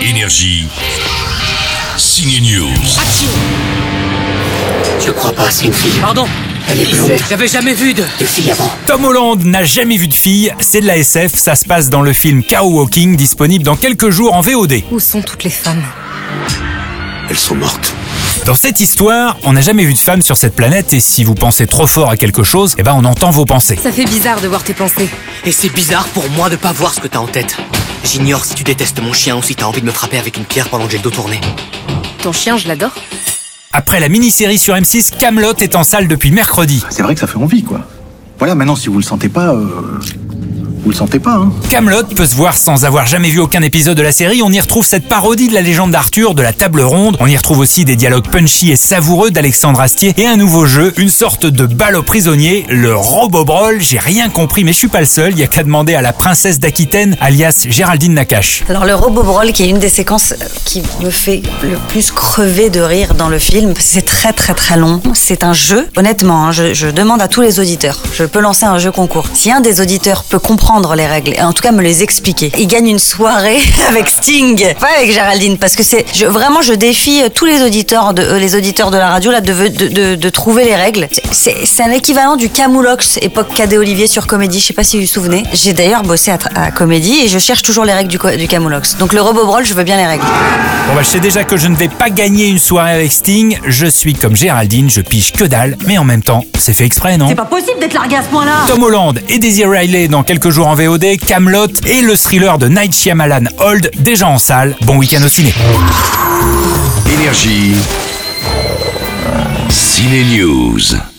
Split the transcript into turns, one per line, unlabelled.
Énergie. Signe News.
Action
Je crois pas, c'est une fille.
Pardon
Elle est blonde,
J'avais jamais vu de...
de fille avant.
Tom Holland n'a jamais vu de fille, c'est de la SF, ça se passe dans le film Cow Walking, disponible dans quelques jours en VOD.
Où sont toutes les femmes
Elles sont mortes.
Dans cette histoire, on n'a jamais vu de femme sur cette planète et si vous pensez trop fort à quelque chose, eh ben on entend vos pensées.
Ça fait bizarre de voir tes pensées.
Et c'est bizarre pour moi de pas voir ce que t'as en tête. J'ignore si tu détestes mon chien ou si t'as envie de me frapper avec une pierre pendant que j'ai le dos tourné.
Ton chien, je l'adore.
Après la mini-série sur M6, Camelot est en salle depuis mercredi.
C'est vrai que ça fait envie, quoi. Voilà, maintenant, si vous le sentez pas, euh, vous le sentez pas, hein.
Camelot peut se voir sans avoir jamais vu aucun épisode de la série, on y retrouve cette parodie de la légende d'Arthur, de la table ronde, on y retrouve aussi des dialogues punchy et savoureux d'Alexandre Astier et un nouveau jeu, une sorte de balle aux prisonniers, le Robobrol, j'ai rien compris mais je suis pas le seul, il y a qu'à demander à la princesse d'Aquitaine, alias Géraldine Nakache.
Alors le robot brawl qui est une des séquences euh, qui me fait le plus crever de rire dans le film, parce que c'est très très très long. C'est un jeu, honnêtement, hein, je, je demande à tous les auditeurs, je peux lancer un jeu concours. Si un des auditeurs peut comprendre les règles, et en tout cas me les expliquer, il gagne une soirée avec Sting, pas avec Géraldine, parce que c'est je- vraiment je défie euh, tous les auditeurs de euh, les auditeurs de la radio là de de, de- de trouver les règles. C'est- C'est c'est un équivalent du Camoulox époque Cadet Olivier sur Comédie, je sais pas si vous vous souvenez. J'ai d'ailleurs bossé à, tra- à Comédie et je cherche toujours les règles du, co- du Camoulox. Donc le Robo Brawl, je veux bien les règles.
Bon bah je sais déjà que je ne vais pas gagner une soirée avec Sting, je suis comme Géraldine, je pige que dalle, mais en même temps, c'est fait exprès non
pas possible d'être largué à ce point-là.
Tom Holland et Daisy Riley dans quelques jours en VOD, Camelot et le thriller de Night Shyamalan Old déjà en salle. Bon week-end au ciné.
Énergie. Ciné News.